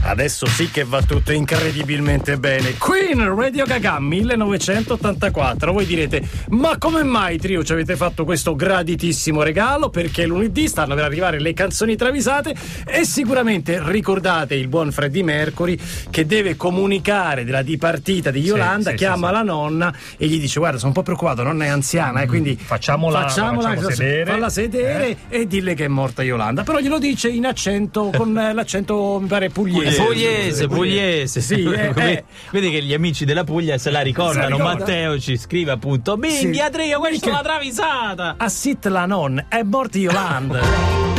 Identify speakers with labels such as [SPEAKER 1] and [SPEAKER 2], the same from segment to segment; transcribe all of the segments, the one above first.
[SPEAKER 1] Adesso sì che va tutto incredibilmente bene. Queen Radio Gaga 1984. Voi direte: Ma come mai, Trio, ci avete fatto questo graditissimo regalo? Perché lunedì stanno per arrivare le canzoni travisate. E sicuramente ricordate il buon Freddie Mercury che deve comunicare della dipartita di Yolanda.
[SPEAKER 2] sì,
[SPEAKER 1] chiama
[SPEAKER 2] sì,
[SPEAKER 1] la nonna e gli dice: Guarda, sono un po' preoccupato, nonna è anziana, e quindi
[SPEAKER 2] Facciamola- la facciamo sedere." Eh.
[SPEAKER 1] falla sedere e dille che è morta Yolanda. Però glielo dice in accento con eh, l'accento, mi pare, pugliese.
[SPEAKER 3] Pugliese, pugliese,
[SPEAKER 1] Sì, eh,
[SPEAKER 3] Vedi-
[SPEAKER 1] eh.
[SPEAKER 3] Vedi che gli amici della Puglia se la ricordano.
[SPEAKER 1] ricorda.
[SPEAKER 3] Matteo ci scrive appunto: Minchia, Trio, questa è
[SPEAKER 1] Minchia.
[SPEAKER 3] la travisata.
[SPEAKER 1] A sit la non è morta Yolanda.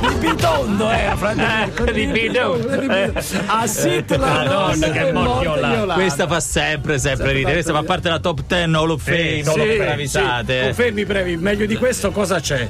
[SPEAKER 1] Il bitondo era Franco
[SPEAKER 3] il bitondo.
[SPEAKER 1] A sit la non
[SPEAKER 2] Madonna, che
[SPEAKER 1] è
[SPEAKER 2] è morta
[SPEAKER 1] morta
[SPEAKER 2] Yolanda.
[SPEAKER 1] Yolanda.
[SPEAKER 3] Questa fa sempre, sempre ridere. Questa fa parte della top 10 Hall of Fame.
[SPEAKER 2] Hall of
[SPEAKER 3] Hall
[SPEAKER 2] Fame.
[SPEAKER 3] of
[SPEAKER 1] Sì,
[SPEAKER 3] Travisate.
[SPEAKER 1] confermi brevi, meglio di questo cosa c'è?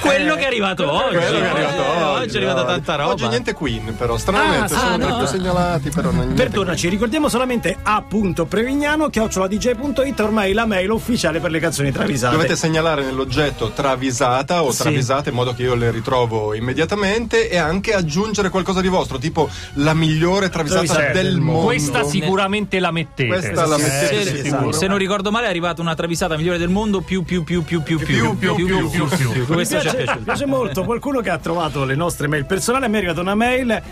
[SPEAKER 3] Quello che è arrivato oggi.
[SPEAKER 4] Quello che è arrivato
[SPEAKER 3] Eh,
[SPEAKER 4] oggi.
[SPEAKER 3] è arrivata
[SPEAKER 4] no.
[SPEAKER 3] tanta roba.
[SPEAKER 4] Oggi niente Queen, però. Stranamente,
[SPEAKER 1] Ah,
[SPEAKER 4] sono
[SPEAKER 1] ah, no.
[SPEAKER 4] troppo segnalati, però non niente
[SPEAKER 1] Perdonaci, ricordiamo solamente a.prevignano chioccioladj.it ormai la mail ufficiale per le canzoni travisate.
[SPEAKER 4] Dovete segnalare nell'oggetto travisata o
[SPEAKER 1] Sì.
[SPEAKER 4] travisate in modo che io le ritrovo immediatamente e anche aggiungere qualcosa di vostro, tipo la migliore travisata
[SPEAKER 1] Travisata
[SPEAKER 4] del
[SPEAKER 1] del
[SPEAKER 4] mondo.
[SPEAKER 1] mondo.
[SPEAKER 2] Questa sicuramente la mettete.
[SPEAKER 4] Questa la
[SPEAKER 2] Sì,
[SPEAKER 4] mettete
[SPEAKER 3] Se,
[SPEAKER 4] sì,
[SPEAKER 3] se-
[SPEAKER 4] sicuro.
[SPEAKER 3] se non ricordo male è arrivata una travisata migliore del mondo più più più più più più
[SPEAKER 4] Più, più, più, più, più.
[SPEAKER 1] Mi
[SPEAKER 3] Questa ci è
[SPEAKER 1] piace, mi
[SPEAKER 3] piaciuta.
[SPEAKER 1] piace molto qualcuno che ha trovato le nostre mail personali. A me è arrivata una mail.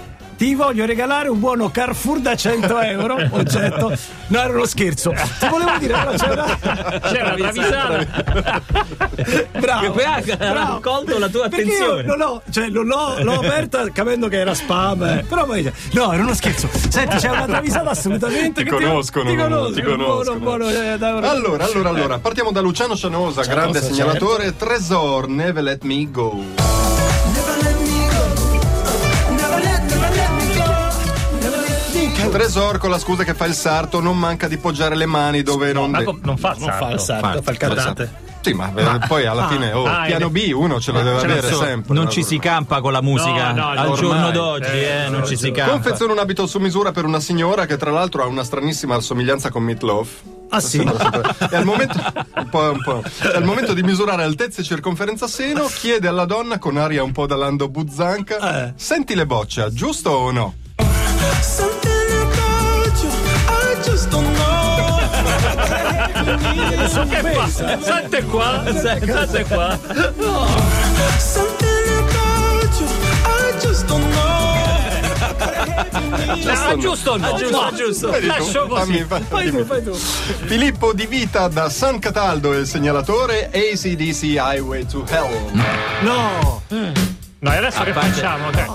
[SPEAKER 1] Ti voglio regalare un buono Carrefour da 100 euro. Oggetto. No, era uno scherzo. Ti volevo dire, però c'è una.
[SPEAKER 2] C'è una travisata.
[SPEAKER 1] Bravo.
[SPEAKER 3] Poi ha- ha
[SPEAKER 1] bravo.
[SPEAKER 3] raccolto la tua
[SPEAKER 1] Perché
[SPEAKER 3] attenzione.
[SPEAKER 1] Io non l'ho, cioè, non l'ho, l'ho aperta capendo che era spam. eh. Però poi dice, no, era uno scherzo. Senti, c'è una travisata assolutamente.
[SPEAKER 4] Ti
[SPEAKER 1] che
[SPEAKER 4] conoscono,
[SPEAKER 1] Ti conosco.
[SPEAKER 4] ti
[SPEAKER 1] buono,
[SPEAKER 4] conoscono. Ah,
[SPEAKER 1] buono, eh, da-
[SPEAKER 4] Allora, allora, allora, partiamo da Luciano Cianosa, grande segnalatore. Tresor, never let me go. Tresor con la scusa che fa il sarto, non manca di poggiare le mani dove non.
[SPEAKER 2] Ma
[SPEAKER 4] de-
[SPEAKER 2] co- non fa
[SPEAKER 1] Non fa il
[SPEAKER 2] sarto.
[SPEAKER 1] sarto, fa il cantante.
[SPEAKER 4] Sì, ma, eh, poi alla fine, oh,
[SPEAKER 2] ah,
[SPEAKER 4] piano
[SPEAKER 2] eh,
[SPEAKER 4] B uno ce lo deve
[SPEAKER 2] ce l'ha
[SPEAKER 4] avere
[SPEAKER 2] solo.
[SPEAKER 4] sempre.
[SPEAKER 3] Non ci
[SPEAKER 4] Allora.
[SPEAKER 3] si campa con la musica
[SPEAKER 2] No, no,
[SPEAKER 3] al
[SPEAKER 2] ormai.
[SPEAKER 3] giorno d'oggi,
[SPEAKER 2] Eh,
[SPEAKER 3] eh, non ci si campa.
[SPEAKER 4] Confeziona un abito su misura per una signora che tra l'altro ha una stranissima somiglianza con Meatloaf.
[SPEAKER 1] Ah, sì?
[SPEAKER 4] E al momento, un po', un po'. E al momento di misurare altezza e circonferenza seno, chiede alla donna con aria un po' da Lando Buzzanca:
[SPEAKER 1] Eh.
[SPEAKER 4] Senti le boccia, giusto o no?
[SPEAKER 2] Che fa? Sente qua, sente qua. Ah, giusto o no?
[SPEAKER 3] giusto, Eh,
[SPEAKER 2] Ma-
[SPEAKER 3] giusto.
[SPEAKER 4] Vedi tu?
[SPEAKER 2] Lascio così.
[SPEAKER 4] Fammi- fa-
[SPEAKER 1] Fai tu,
[SPEAKER 4] dimmi.
[SPEAKER 1] fai tu.
[SPEAKER 4] Filippo Di Vita da San Cataldo è il segnalatore ACDC Highway to Hell.
[SPEAKER 1] No.
[SPEAKER 2] No, e adesso che
[SPEAKER 3] parte-
[SPEAKER 2] facciamo? Dai.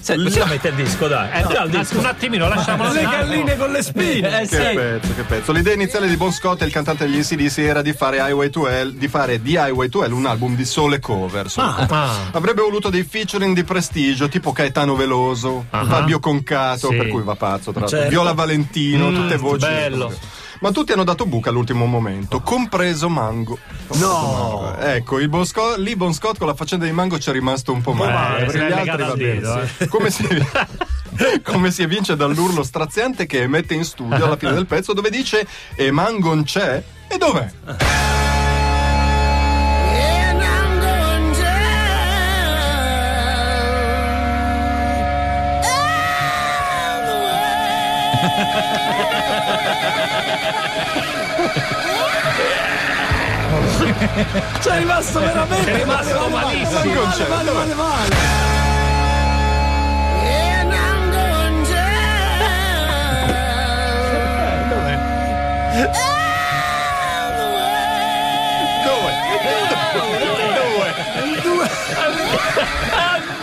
[SPEAKER 3] Senti, possiamo mettere il disco, dai.
[SPEAKER 2] Eh, no, un attimino, lasciamolo
[SPEAKER 1] Le
[SPEAKER 2] stare.
[SPEAKER 1] galline con le spine.
[SPEAKER 3] Eh,
[SPEAKER 4] Che
[SPEAKER 3] sì.
[SPEAKER 4] pezzo, che pezzo. L'idea iniziale di Bon Scott, il cantante degli ACDC, era di fare Highway to Hell, di fare di Highway to Hell un album di sole cover. Insomma.
[SPEAKER 2] Ah,
[SPEAKER 4] Avrebbe voluto dei featuring di prestigio, tipo Caetano Veloso, Fabio Concato,
[SPEAKER 2] Ah, Sì. Mm,
[SPEAKER 4] per cui va pazzo, tra l'altro.
[SPEAKER 1] Certo.
[SPEAKER 4] Viola Valentino, tutte voci.
[SPEAKER 2] bello.
[SPEAKER 4] Ma tutti hanno dato buca all'ultimo momento, compreso Mango.
[SPEAKER 1] No.
[SPEAKER 4] Ecco, il Bon Scott, lì Bon Scott con la faccenda di Mango ci è rimasto un po' male.
[SPEAKER 2] eh,
[SPEAKER 4] per
[SPEAKER 2] se l'è
[SPEAKER 4] gli altri
[SPEAKER 2] legata
[SPEAKER 4] va
[SPEAKER 2] al
[SPEAKER 4] bene.
[SPEAKER 2] dedo, eh.
[SPEAKER 4] Come si, come si evince dall'urlo straziante che emette in studio alla fine del pezzo, dove dice: E Mangon c'è? E dov'è?
[SPEAKER 1] C'è rimasto veramente
[SPEAKER 2] È rimasto
[SPEAKER 1] male, male,
[SPEAKER 2] malissimo.
[SPEAKER 1] male,
[SPEAKER 4] Non
[SPEAKER 1] Male,
[SPEAKER 4] c'è,
[SPEAKER 1] male, male, male.
[SPEAKER 4] Dov'è?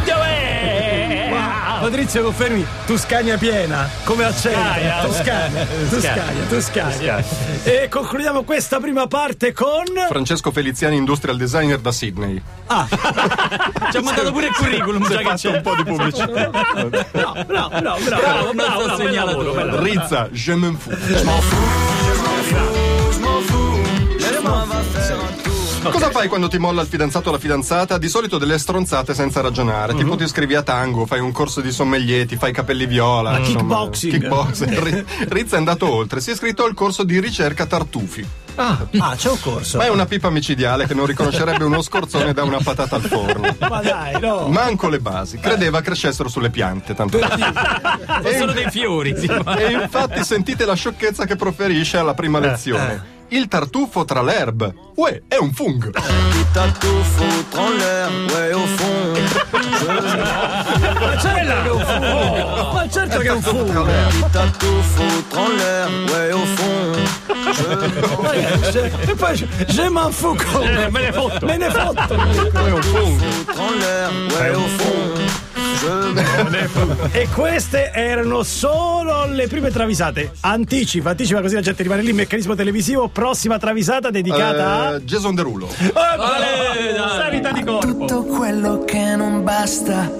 [SPEAKER 4] Dov'è?
[SPEAKER 1] Ma, Patrizio confermi Tuscania piena come accento
[SPEAKER 2] Toscana.
[SPEAKER 1] Toscania Toscania Toscania e concludiamo questa prima parte con
[SPEAKER 4] Francesco Feliziani, industrial designer da Sydney.
[SPEAKER 3] Ci ha mandato pure il curriculum, già che
[SPEAKER 4] Faccio un
[SPEAKER 3] c'è.
[SPEAKER 4] po' di pubblicità.
[SPEAKER 1] no no no bravo
[SPEAKER 3] Bravo,
[SPEAKER 1] bravo,
[SPEAKER 3] bravo,
[SPEAKER 1] bravo,
[SPEAKER 3] segnala
[SPEAKER 1] bravo.
[SPEAKER 3] tu.
[SPEAKER 4] Rizza, je m'en fous. Cosa fai quando ti molla il fidanzato o la fidanzata? Di solito delle stronzate senza ragionare. Tipo ti iscrivi a tango, fai un corso di sommelier, ti fai i capelli viola. insomma,
[SPEAKER 1] kickboxing.
[SPEAKER 4] kickboxing. Ri- Rizza è andato oltre, si è iscritto al corso di ricerca tartufi.
[SPEAKER 1] Ah,
[SPEAKER 5] Ah, c'è un corso.
[SPEAKER 4] Ma è una pipa micidiale che non riconoscerebbe uno scorzone da una patata al forno.
[SPEAKER 1] ma dai, no.
[SPEAKER 4] Manco le basi, credeva crescessero sulle piante, tanto
[SPEAKER 3] Ma sono dei fiori. sì, ma-
[SPEAKER 4] E infatti sentite la sciocchezza che proferisce alla prima
[SPEAKER 1] Eh,
[SPEAKER 4] lezione. Il tartufo tra l'erba. Uè, è un fungo.
[SPEAKER 1] Ma certo che è un fungo. Ma certo che è un fungo. Poi, se- E poi je m'en fous come.
[SPEAKER 2] Eh, me ne fotto.
[SPEAKER 1] Me ne fotto. E queste erano solo le prime travisate. Anticipa, anticipa così la gente rimane lì. Meccanismo televisivo, prossima travisata dedicata
[SPEAKER 4] Eh, Jason Derulo.
[SPEAKER 1] a.
[SPEAKER 3] Ale, dai.
[SPEAKER 1] Sanità di corpo.
[SPEAKER 6] Tutto quello che non basta.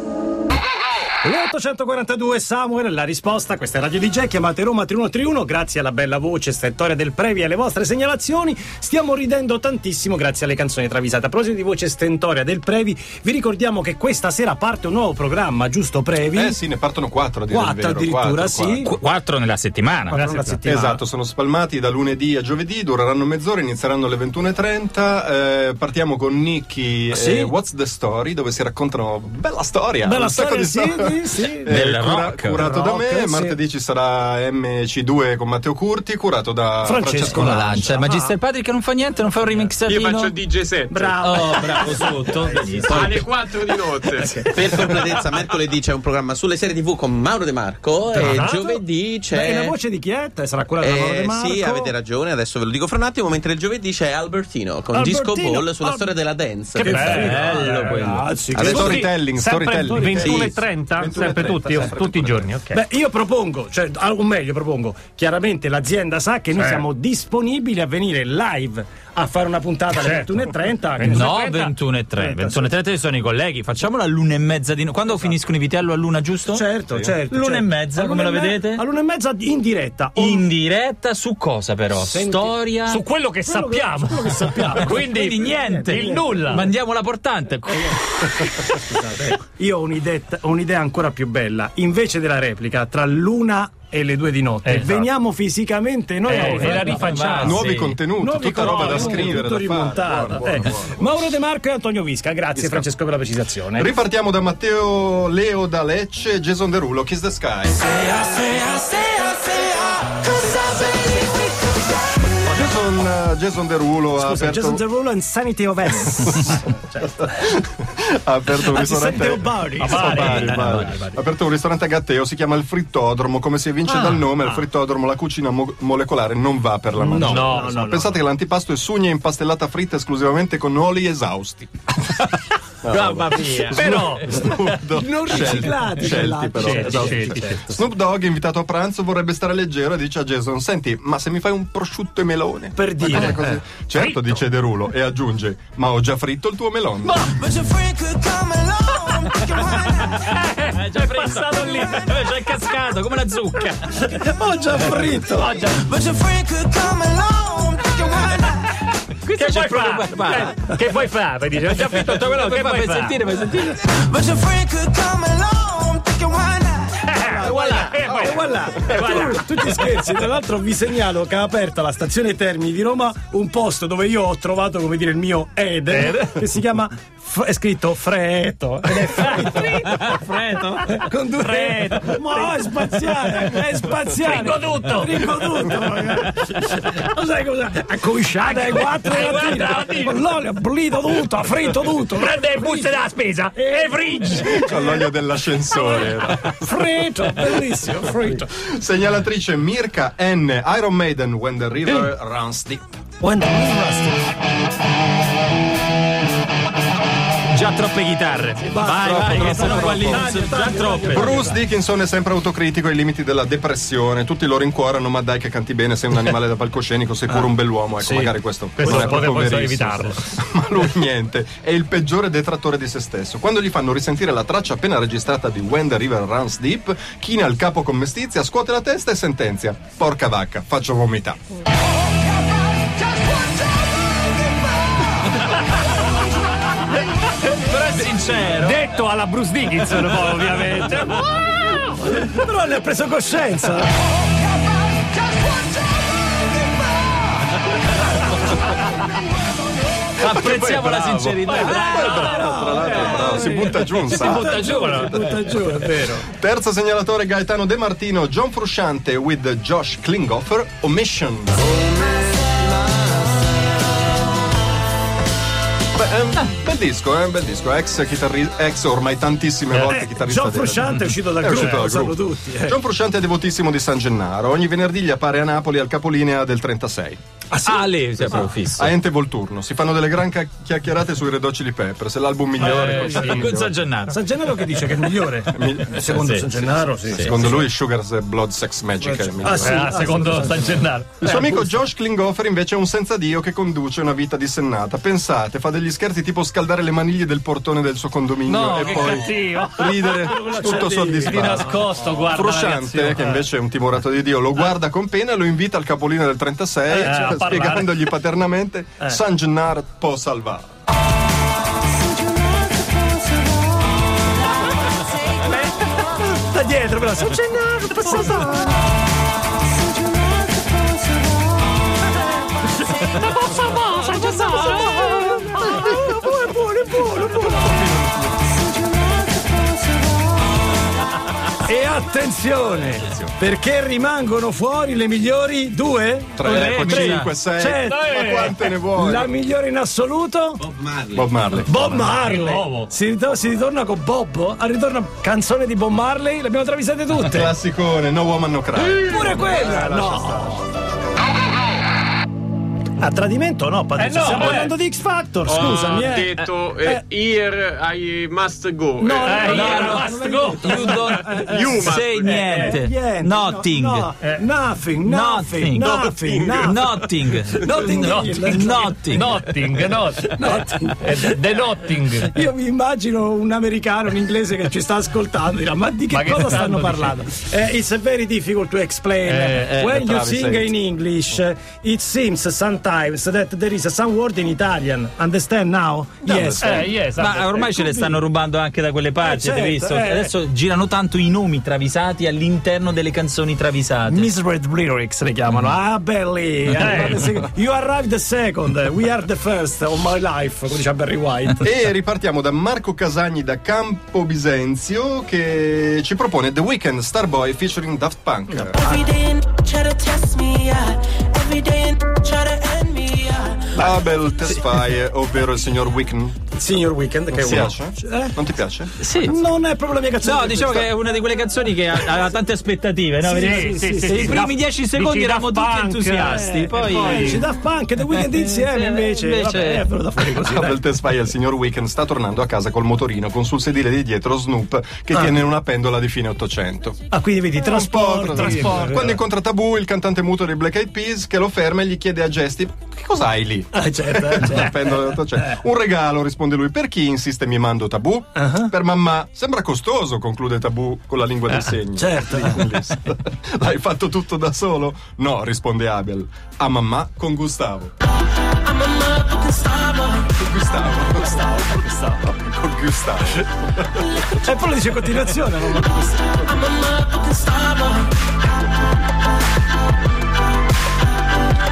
[SPEAKER 1] L'842 Samuel, la risposta, questa è Radio DJ, chiamate Roma 3131, grazie alla bella voce, stentoria del Previ e alle vostre segnalazioni, stiamo ridendo tantissimo grazie alle canzoni travisate. A proposito di voce stentoria del Previ, vi ricordiamo che questa sera parte un nuovo programma, giusto Previ?
[SPEAKER 4] Eh sì, ne partono quattro a dire il
[SPEAKER 1] Quattro
[SPEAKER 4] vero,
[SPEAKER 1] addirittura,
[SPEAKER 4] quattro,
[SPEAKER 1] sì.
[SPEAKER 4] quattro.
[SPEAKER 3] Qu- Quattro nella settimana.
[SPEAKER 1] Quattro nella settimana.
[SPEAKER 4] Esatto, sono spalmati da lunedì a giovedì, dureranno mezz'ora, inizieranno alle 21.30. eh, partiamo con Nicky
[SPEAKER 1] Ah, Sì.
[SPEAKER 4] e What's the Story, dove si raccontano bella storia.
[SPEAKER 1] Bella
[SPEAKER 4] un sacco
[SPEAKER 1] storia,
[SPEAKER 4] di
[SPEAKER 1] sì,
[SPEAKER 4] storie. Eh,
[SPEAKER 1] sì, sì.
[SPEAKER 3] Del rock.
[SPEAKER 4] Curato da
[SPEAKER 1] Rock,
[SPEAKER 4] me,
[SPEAKER 1] sì.
[SPEAKER 4] martedì ci sarà MC2 con Matteo Curti, curato da
[SPEAKER 1] Francesco
[SPEAKER 4] Francesco
[SPEAKER 1] Lancia.
[SPEAKER 4] Lancia.
[SPEAKER 3] Lancia, Ah, cioè, Magister Padre che non fa niente, non fa un remixatino.
[SPEAKER 2] Io faccio DJ set.
[SPEAKER 1] Bravo.
[SPEAKER 3] Oh, bravo Eh, sotto. Benissimo.
[SPEAKER 2] Alle 4 di notte.
[SPEAKER 7] Per completezza, mercoledì c'è un programma sulle serie TV con Mauro De Marco
[SPEAKER 1] Tra
[SPEAKER 7] e
[SPEAKER 1] l'altro-
[SPEAKER 7] giovedì c'è.
[SPEAKER 1] E la voce di chi è? Sarà quella
[SPEAKER 7] Eh,
[SPEAKER 1] di Mauro De Marco?
[SPEAKER 7] sì, avete ragione, adesso ve lo dico fra un attimo, mentre il giovedì c'è Albertino con
[SPEAKER 1] Albertino,
[SPEAKER 7] Disco Ball sulla
[SPEAKER 1] Al-
[SPEAKER 7] storia della dance.
[SPEAKER 1] Che bello
[SPEAKER 3] bello
[SPEAKER 1] quello.
[SPEAKER 3] quello.
[SPEAKER 1] Eh, Ragazzi, che
[SPEAKER 4] Adesso-
[SPEAKER 1] bello.
[SPEAKER 4] Storytelling,
[SPEAKER 2] sempre
[SPEAKER 4] storytelling.
[SPEAKER 2] 21 e
[SPEAKER 7] Sì.
[SPEAKER 2] 30,
[SPEAKER 4] 21 e
[SPEAKER 2] sempre
[SPEAKER 4] 30,
[SPEAKER 2] tutti,
[SPEAKER 4] sempre
[SPEAKER 2] tutti i
[SPEAKER 4] 21 e
[SPEAKER 2] giorni, ok.
[SPEAKER 1] Beh, io propongo, cioè, al- o meglio, propongo, chiaramente l'azienda sa che noi
[SPEAKER 2] Sì.
[SPEAKER 1] siamo disponibili a venire live a fare una puntata alle
[SPEAKER 2] Certo.
[SPEAKER 1] 21.30. che
[SPEAKER 3] No,
[SPEAKER 1] ne so,
[SPEAKER 3] 21 e 3.
[SPEAKER 1] 30,
[SPEAKER 3] 21 e 3 sono i colleghi. Facciamola all'una e mezza di no- Quando finiscono i vitello all'una, giusto?
[SPEAKER 1] Certo, certo.
[SPEAKER 3] L'una
[SPEAKER 1] certo.
[SPEAKER 3] e mezza, come
[SPEAKER 1] All'una
[SPEAKER 3] la
[SPEAKER 1] e me-
[SPEAKER 3] vedete?
[SPEAKER 1] All'una e mezza in diretta. Oh, O-
[SPEAKER 3] In diretta su cosa però?
[SPEAKER 1] Senti,
[SPEAKER 3] Storia. Eh,
[SPEAKER 2] Su quello che
[SPEAKER 1] Quello che-
[SPEAKER 2] sappiamo.
[SPEAKER 1] quello che sappiamo.
[SPEAKER 2] Quindi,
[SPEAKER 3] Quindi niente.
[SPEAKER 2] Il nulla.
[SPEAKER 3] Mandiamo la portante.
[SPEAKER 1] Io ho un'idetta- ho un'idea, ancora più bella. Invece della replica, tra l'una e le due di notte,
[SPEAKER 2] Esatto.
[SPEAKER 1] veniamo fisicamente noi
[SPEAKER 2] Eh,
[SPEAKER 1] a
[SPEAKER 2] e la
[SPEAKER 1] fare-
[SPEAKER 2] rifacciamo.
[SPEAKER 4] Nuovi
[SPEAKER 3] Sì.
[SPEAKER 4] contenuti,
[SPEAKER 1] Nuovi
[SPEAKER 4] tutta roba da
[SPEAKER 1] colori,
[SPEAKER 4] scrivere,
[SPEAKER 1] tutto
[SPEAKER 4] da fare.
[SPEAKER 1] rimontato.
[SPEAKER 4] Buono, buono,
[SPEAKER 1] Eh,
[SPEAKER 4] buono.
[SPEAKER 1] Mauro De Marco e Antonio Visca, grazie
[SPEAKER 4] Visca.
[SPEAKER 1] Francesco per la precisazione.
[SPEAKER 4] Ripartiamo da Matteo Leo da Lecce, Jason Derulo, Kiss the Sky. Jason, Jason Derulo ha
[SPEAKER 1] Scusa,
[SPEAKER 4] aperto,
[SPEAKER 1] Jason Derulo and Sanity of S.
[SPEAKER 4] ha aperto un
[SPEAKER 1] Assistente
[SPEAKER 4] ristorante.
[SPEAKER 1] Ah, Obari.
[SPEAKER 2] Ah,
[SPEAKER 4] A Bari,
[SPEAKER 1] Bari,
[SPEAKER 4] Bari. Ha aperto un ristorante a Gatteo, si chiama il Frittodromo. Come si evince dal nome, il Frittodromo, la cucina mo- molecolare non va per la mangiata.
[SPEAKER 2] no, no,
[SPEAKER 4] Insomma, Pensate che l'antipasto è sugna impastellata fritta esclusivamente con oli esausti.
[SPEAKER 3] Mamma mia. eh,
[SPEAKER 1] Però non
[SPEAKER 4] Scelti-
[SPEAKER 1] riciclate
[SPEAKER 4] scelti, però. esausti. Snoop Dogg, invitato a pranzo, vorrebbe stare leggero e dice a Jason: Senti, ma se mi fai un prosciutto e melone?
[SPEAKER 1] Per
[SPEAKER 4] Ma
[SPEAKER 1] dire.
[SPEAKER 4] cosa così?" Certo, dice Derulo e aggiunge: Ma ho già fritto il tuo melone.
[SPEAKER 6] But your friend could come along. Take him right now.
[SPEAKER 3] È già passato lì. C'è è cascato come la zucca.
[SPEAKER 1] Ho Oh, già fritto.
[SPEAKER 6] Oh, But your friend could come along. Take him right now.
[SPEAKER 2] che
[SPEAKER 3] c'è
[SPEAKER 2] vuoi
[SPEAKER 3] proprio
[SPEAKER 2] fare?
[SPEAKER 3] Barbara.
[SPEAKER 2] Eh, Che vuoi fare? Poi dice, ho già finito tutto quello che vuoi
[SPEAKER 3] fai
[SPEAKER 2] fare.
[SPEAKER 3] sentire, fai sentire.
[SPEAKER 6] But your friend could come along. Take him right now.
[SPEAKER 2] Eh, voilà. Eh, poi-
[SPEAKER 1] E voilà, Tu- tutti scherzi. Tra l'altro, vi segnalo che ha aperto la stazione Termini di Roma un posto dove io ho trovato, come dire, il mio Eden, che si chiama. f- è scritto Freto. Ed è Freto.
[SPEAKER 3] Freddo.
[SPEAKER 1] Con due
[SPEAKER 3] Freto.
[SPEAKER 1] Ma no, è spaziale, è spaziale.
[SPEAKER 3] Fringo tutto.
[SPEAKER 1] Fringo tutto. ragazzi. Lo sai cosa? A coisciata alle 4 della
[SPEAKER 2] Alle quattro
[SPEAKER 1] mattina.
[SPEAKER 2] della mattina.
[SPEAKER 1] Con l'olio, bollito tutto, ha fritto tutto.
[SPEAKER 2] Prende le buste della spesa e friggi.
[SPEAKER 4] C'ha l'olio dell'ascensore. era.
[SPEAKER 1] Freto, bellissimo, Freto.
[SPEAKER 4] Segnalatrice Mirka N. Iron Maiden, When the River Runs Deep.
[SPEAKER 1] Quando mi
[SPEAKER 3] Già troppe chitarre. Vai, vai, che sennò qua lì non so- già troppe.
[SPEAKER 4] Bruce Dickinson è sempre autocritico ai limiti della depressione. Tutti lo rincuorano, ma dai che canti bene, sei un animale da palcoscenico, sei pure un bell'uomo. Ecco, magari questo,
[SPEAKER 2] Ah, Questo
[SPEAKER 4] non è
[SPEAKER 2] pote-
[SPEAKER 4] proprio
[SPEAKER 2] posso
[SPEAKER 4] verissimo.
[SPEAKER 2] evitarlo.
[SPEAKER 4] ma lui niente, è il peggiore detrattore di se stesso. Quando gli fanno risentire la traccia appena registrata di When the River Runs Deep, china il capo con mestizia, scuote la testa e sentenzia. Porca vacca, faccio vomità.
[SPEAKER 3] Però è sincero.
[SPEAKER 2] Detto alla Bruce Dickinson, poi, ovviamente.
[SPEAKER 1] Però ne ha preso coscienza.
[SPEAKER 3] Apprezziamo la
[SPEAKER 4] bravo.
[SPEAKER 3] sincerità.
[SPEAKER 4] Tra l'altro, bravo, si butta giù un sacco.
[SPEAKER 1] Butta giù, no? Butta giù, è vero.
[SPEAKER 4] Terzo segnalatore Gaetano De Martino, John Frusciante with Josh Klinghoffer, Omission. Beh, è un bel disco, è un bel disco, ex, chitarri- ex ormai tantissime volte
[SPEAKER 1] Eh,
[SPEAKER 4] chitarrista.
[SPEAKER 1] John
[SPEAKER 4] della-
[SPEAKER 1] Frusciante è uscito dal
[SPEAKER 4] È uscito
[SPEAKER 1] gruppo,
[SPEAKER 4] dal
[SPEAKER 1] lo sanno
[SPEAKER 4] gruppo.
[SPEAKER 1] tutti. eh.
[SPEAKER 4] John Frusciante è devotissimo di San Gennaro, ogni venerdì gli appare a Napoli al capolinea del 36.
[SPEAKER 3] Ah, lì, sì, proprio fisso.
[SPEAKER 4] A Ente Volturno, si fanno delle gran ca- chiacchierate sui Red Hot Chili Peppers, è l'album migliore.
[SPEAKER 3] Eh,
[SPEAKER 4] forse il
[SPEAKER 3] sì, Con
[SPEAKER 4] migliore.
[SPEAKER 3] San Gennaro.
[SPEAKER 1] San Gennaro che dice che è il migliore. Eh, Secondo
[SPEAKER 3] sì,
[SPEAKER 1] San Gennaro, sì.
[SPEAKER 4] Secondo lui Sugar's Blood Sex Magic è il migliore.
[SPEAKER 1] Ah, sì,
[SPEAKER 2] Eh,
[SPEAKER 3] Ah, secondo San Gennaro.
[SPEAKER 4] Il suo amico Josh Klinghoffer invece è un senza Dio che conduce una vita dissennata. Pensate, fa degli scherzi tipo scaldare le maniglie del portone del suo condominio e
[SPEAKER 2] che
[SPEAKER 4] poi
[SPEAKER 2] cattivo.
[SPEAKER 4] ridere tutto
[SPEAKER 2] Cioè, Di
[SPEAKER 4] soddisfatto.
[SPEAKER 2] nascosto, guarda.
[SPEAKER 4] Frusciante, che invece è un timorato di Dio, lo guarda con pena e lo invita al capolino del 36,
[SPEAKER 2] Eh, a parlare. Eh.
[SPEAKER 4] spiegandogli paternamente San Gennaro può salvare.
[SPEAKER 1] Da dietro, però, San Gennaro, passa E attenzione, perché rimangono fuori le migliori due?
[SPEAKER 4] 3,
[SPEAKER 3] Eh, tre.
[SPEAKER 4] 5, 6,
[SPEAKER 1] Certo.
[SPEAKER 4] Ecco, ma quante ne vuoi?
[SPEAKER 1] La migliore in assoluto?
[SPEAKER 7] Bob Marley.
[SPEAKER 4] Bob Marley.
[SPEAKER 1] Bob Marley.
[SPEAKER 3] nuovo.
[SPEAKER 1] Si, ritor- si ritorna con Bobbo? Al ritorno canzone di Bob Marley? Le abbiamo travisate tutte.
[SPEAKER 4] Classicone, No Woman No Cry.
[SPEAKER 1] Pure quella! No! A tradimento no, Patrizio.
[SPEAKER 2] Eh no,
[SPEAKER 1] Stiamo
[SPEAKER 2] eh.
[SPEAKER 1] parlando di X Factor, scusami.
[SPEAKER 5] Ho
[SPEAKER 1] eh.
[SPEAKER 5] detto eh, here I must go.
[SPEAKER 1] No,
[SPEAKER 5] Eh,
[SPEAKER 1] no, no,
[SPEAKER 2] Eh, io
[SPEAKER 1] no,
[SPEAKER 2] must
[SPEAKER 1] non l'hai
[SPEAKER 2] go.
[SPEAKER 1] detto.
[SPEAKER 3] You
[SPEAKER 2] eh,
[SPEAKER 3] don't say
[SPEAKER 5] You must-
[SPEAKER 1] Eh,
[SPEAKER 3] niente.
[SPEAKER 1] niente, no,
[SPEAKER 3] Nothing.
[SPEAKER 1] no, eh, Nothing, nothing,
[SPEAKER 3] Nothing.
[SPEAKER 1] nothing, nothing.
[SPEAKER 3] Nothing.
[SPEAKER 1] Nothing.
[SPEAKER 3] Nothing. Nothing.
[SPEAKER 2] Notting, not- Eh, The Notting.
[SPEAKER 1] Io mi immagino un americano, un inglese che ci sta ascoltando dirà ma di che,
[SPEAKER 2] Ma che
[SPEAKER 1] cosa stanno
[SPEAKER 2] stanno
[SPEAKER 1] parlando? Eh, it's very difficult to explain.
[SPEAKER 2] Eh, eh,
[SPEAKER 1] When you
[SPEAKER 4] bravi,
[SPEAKER 1] sing
[SPEAKER 4] senti.
[SPEAKER 1] in English eh, it seems sometimes that there is some word in Italian. Understand now? Yes.
[SPEAKER 2] Eh, yes,
[SPEAKER 3] Ma
[SPEAKER 2] vabbè.
[SPEAKER 3] ormai ce le stanno rubando anche da quelle parti,
[SPEAKER 1] Eh,
[SPEAKER 3] avete
[SPEAKER 1] certo,
[SPEAKER 3] visto?
[SPEAKER 1] eh.
[SPEAKER 3] Adesso girano tanto i nomi travisati all'interno delle canzoni travisate.
[SPEAKER 1] Misread lyrics le chiamano.
[SPEAKER 2] Mm.
[SPEAKER 1] Ah, belli!
[SPEAKER 2] Eh.
[SPEAKER 1] You arrived second, we are the first of my life, come dice Barry White.
[SPEAKER 4] E ripartiamo da Marco Casagni da Campo Bisenzio che ci propone The Weeknd Starboy featuring Daft Punk.
[SPEAKER 8] Every day and try to test me out. Every day and try to end me out.
[SPEAKER 4] Abel Tesfaye, ovvero il signor Weeknd.
[SPEAKER 1] Signor Weekend, che
[SPEAKER 4] Ti
[SPEAKER 1] è uno.
[SPEAKER 4] piace?
[SPEAKER 1] Eh?
[SPEAKER 4] Non ti piace?
[SPEAKER 3] Sì.
[SPEAKER 2] Mm.
[SPEAKER 1] Non è proprio la mia canzone.
[SPEAKER 3] No, diciamo che è una di quelle canzoni che ha- aveva tante aspettative, no? Vedi?
[SPEAKER 2] Sì, sì, sì,
[SPEAKER 3] I
[SPEAKER 2] sì.
[SPEAKER 3] primi
[SPEAKER 2] Daft-
[SPEAKER 3] dieci secondi
[SPEAKER 2] dici
[SPEAKER 3] eravamo
[SPEAKER 2] Daft
[SPEAKER 3] tutti
[SPEAKER 2] Punk,
[SPEAKER 3] entusiasti,
[SPEAKER 2] eh,
[SPEAKER 3] poi...
[SPEAKER 1] Ci da punk e The Weeknd insieme
[SPEAKER 3] Eh,
[SPEAKER 1] invece.
[SPEAKER 3] invece-
[SPEAKER 1] Vabbè, è venuta fuori così. dai.
[SPEAKER 4] Abel Tesfaye, il signor Weeknd, sta tornando a casa col motorino con sul sedile di dietro Snoop che tiene una pendola di fine 800.
[SPEAKER 1] Ah, quindi vedi, trasporti.
[SPEAKER 4] Quando incontra Tabù, il cantante muto dei Black Eyed Peas, che lo ferma e gli chiede a gesti: Che cos'hai lì?
[SPEAKER 1] Ah, certo, eh, certo.
[SPEAKER 4] La pendola del 800. Un regalo, risponde lui. Per chi insiste, mi mando tabù?
[SPEAKER 1] Uh-huh.
[SPEAKER 4] Per mamma. Sembra costoso, conclude tabù con la lingua dei segni.
[SPEAKER 1] certo.
[SPEAKER 4] Bellissimo. L'hai fatto tutto da solo? No, risponde Abel. A mamma con Gustavo.
[SPEAKER 8] I'm a motherfucking star boy.
[SPEAKER 4] Con Gustavo. Gustavo. Gustavo. Con Gustavo.
[SPEAKER 1] E poi lo dice a continuazione. no?
[SPEAKER 8] I'm a motherfucking star boy.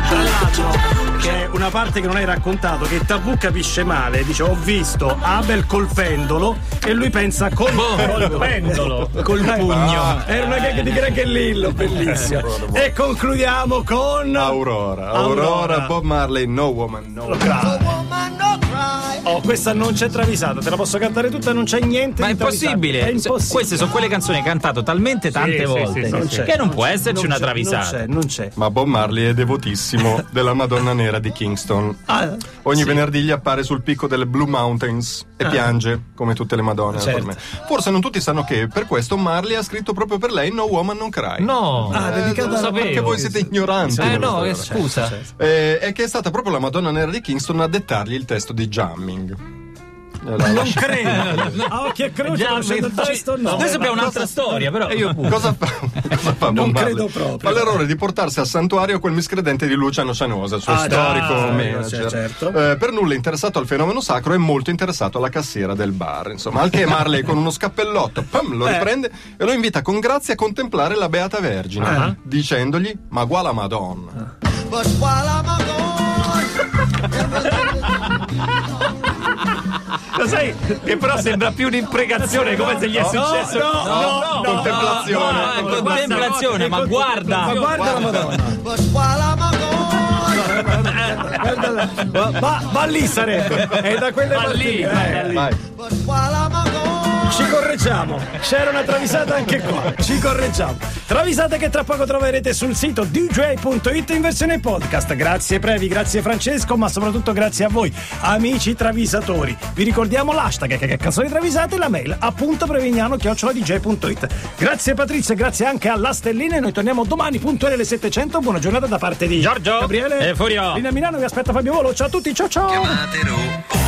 [SPEAKER 1] Tra l'altro, che è una parte che non hai raccontato, che Tabù capisce male. Dice, ho visto Abel col pendolo e lui pensa col,
[SPEAKER 3] Boh.
[SPEAKER 1] col pendolo. Col pugno. Eh, ah. Era una gag di Granchellillo, bellissima. e concludiamo con...
[SPEAKER 4] Aurora.
[SPEAKER 1] Aurora.
[SPEAKER 4] Aurora. Bob Marley. No woman, no.
[SPEAKER 1] Oh, questa non c'è travisata, te la posso cantare tutta, non c'è niente
[SPEAKER 3] Ma è
[SPEAKER 1] di travisato.
[SPEAKER 3] impossibile.
[SPEAKER 1] È impossibile.
[SPEAKER 3] Queste sono quelle canzoni cantate talmente tante
[SPEAKER 2] sì,
[SPEAKER 3] volte
[SPEAKER 2] sì, sì,
[SPEAKER 1] sì.
[SPEAKER 3] che non può esserci
[SPEAKER 1] Non
[SPEAKER 3] una
[SPEAKER 1] c'è,
[SPEAKER 3] travisata.
[SPEAKER 1] Non c'è, non c'è.
[SPEAKER 4] Ma Bob Marley è devotissimo della Madonna Nera di Kingston.
[SPEAKER 1] Ah,
[SPEAKER 4] Ogni venerdì gli appare sul picco delle Blue Mountains e piange, come tutte le Madonne.
[SPEAKER 1] Certo.
[SPEAKER 4] naturalmente. Forse non tutti sanno che per questo Marley ha scritto proprio per lei No Woman Non Cry.
[SPEAKER 2] No.
[SPEAKER 1] ah, dedicata
[SPEAKER 4] non lo sapevo. Perché voi siete ignoranti.
[SPEAKER 3] Eh
[SPEAKER 4] della
[SPEAKER 3] no,
[SPEAKER 4] storia.
[SPEAKER 3] eh, scusa.
[SPEAKER 4] Eh, è che è stata proprio la Madonna Nera di Kingston a dettargli il testo di Jamming. Eh, la
[SPEAKER 1] Non
[SPEAKER 4] lascia-
[SPEAKER 1] credo. A occhio e croce
[SPEAKER 3] Già,
[SPEAKER 1] lasciando il testo, no.
[SPEAKER 3] Noi sappiamo un'altra storia, però. Ah,
[SPEAKER 4] Cosa fa? cosa fa
[SPEAKER 1] Non
[SPEAKER 4] Bob Marley?
[SPEAKER 1] credo proprio.
[SPEAKER 4] Fa l'errore di portarsi al santuario quel miscredente di Luciano Cianosa, il suo
[SPEAKER 1] Ah, già,
[SPEAKER 4] storico
[SPEAKER 1] sì,
[SPEAKER 4] manager.
[SPEAKER 1] sì, certo.
[SPEAKER 4] Eh, per nulla interessato al fenomeno sacro e molto interessato alla cassiera del bar. Insomma, al che Marley con uno scappellotto pam,
[SPEAKER 1] Eh.
[SPEAKER 4] lo riprende e lo invita con grazia a contemplare la Beata Vergine,
[SPEAKER 1] Ah.
[SPEAKER 4] dicendogli: Ma guala Madonna.
[SPEAKER 6] But while I'm gone,
[SPEAKER 1] Lo sai che però sembra più un'imprecazione, come se gli è successo. no,
[SPEAKER 3] no,
[SPEAKER 4] contemplazione.
[SPEAKER 1] no,
[SPEAKER 3] è
[SPEAKER 1] no,
[SPEAKER 3] eh, contemplazione, ma
[SPEAKER 2] Ma
[SPEAKER 3] guarda.
[SPEAKER 2] guarda la Madonna.
[SPEAKER 6] But while I'm gone,
[SPEAKER 2] Ma, ma- ma lì sarebbe. È da quelle
[SPEAKER 1] Ma
[SPEAKER 2] parti
[SPEAKER 1] lì,
[SPEAKER 2] lì.
[SPEAKER 1] ma
[SPEAKER 2] Eh,
[SPEAKER 4] Vai.
[SPEAKER 6] but while I'm gone,
[SPEAKER 2] Ci correggiamo. C'era una travisata anche qua. Ci correggiamo.
[SPEAKER 1] Travisate che tra poco troverete sul sito dj.it in versione podcast. Grazie Previ, grazie Francesco, ma soprattutto grazie a voi, amici travisatori. Vi ricordiamo l'hashtag che, che canzoni travisate e la mail appunto prevignano dj.it. Grazie Patrizia, grazie anche alla Stellina e noi torniamo domani puntuale alle 700. Buona giornata da parte di
[SPEAKER 3] Giorgio
[SPEAKER 1] Gabriele
[SPEAKER 3] e Furio.
[SPEAKER 1] Linea Milano vi aspetta Fabio Volo. Ciao a tutti, ciao ciao.
[SPEAKER 9] Chiamatelo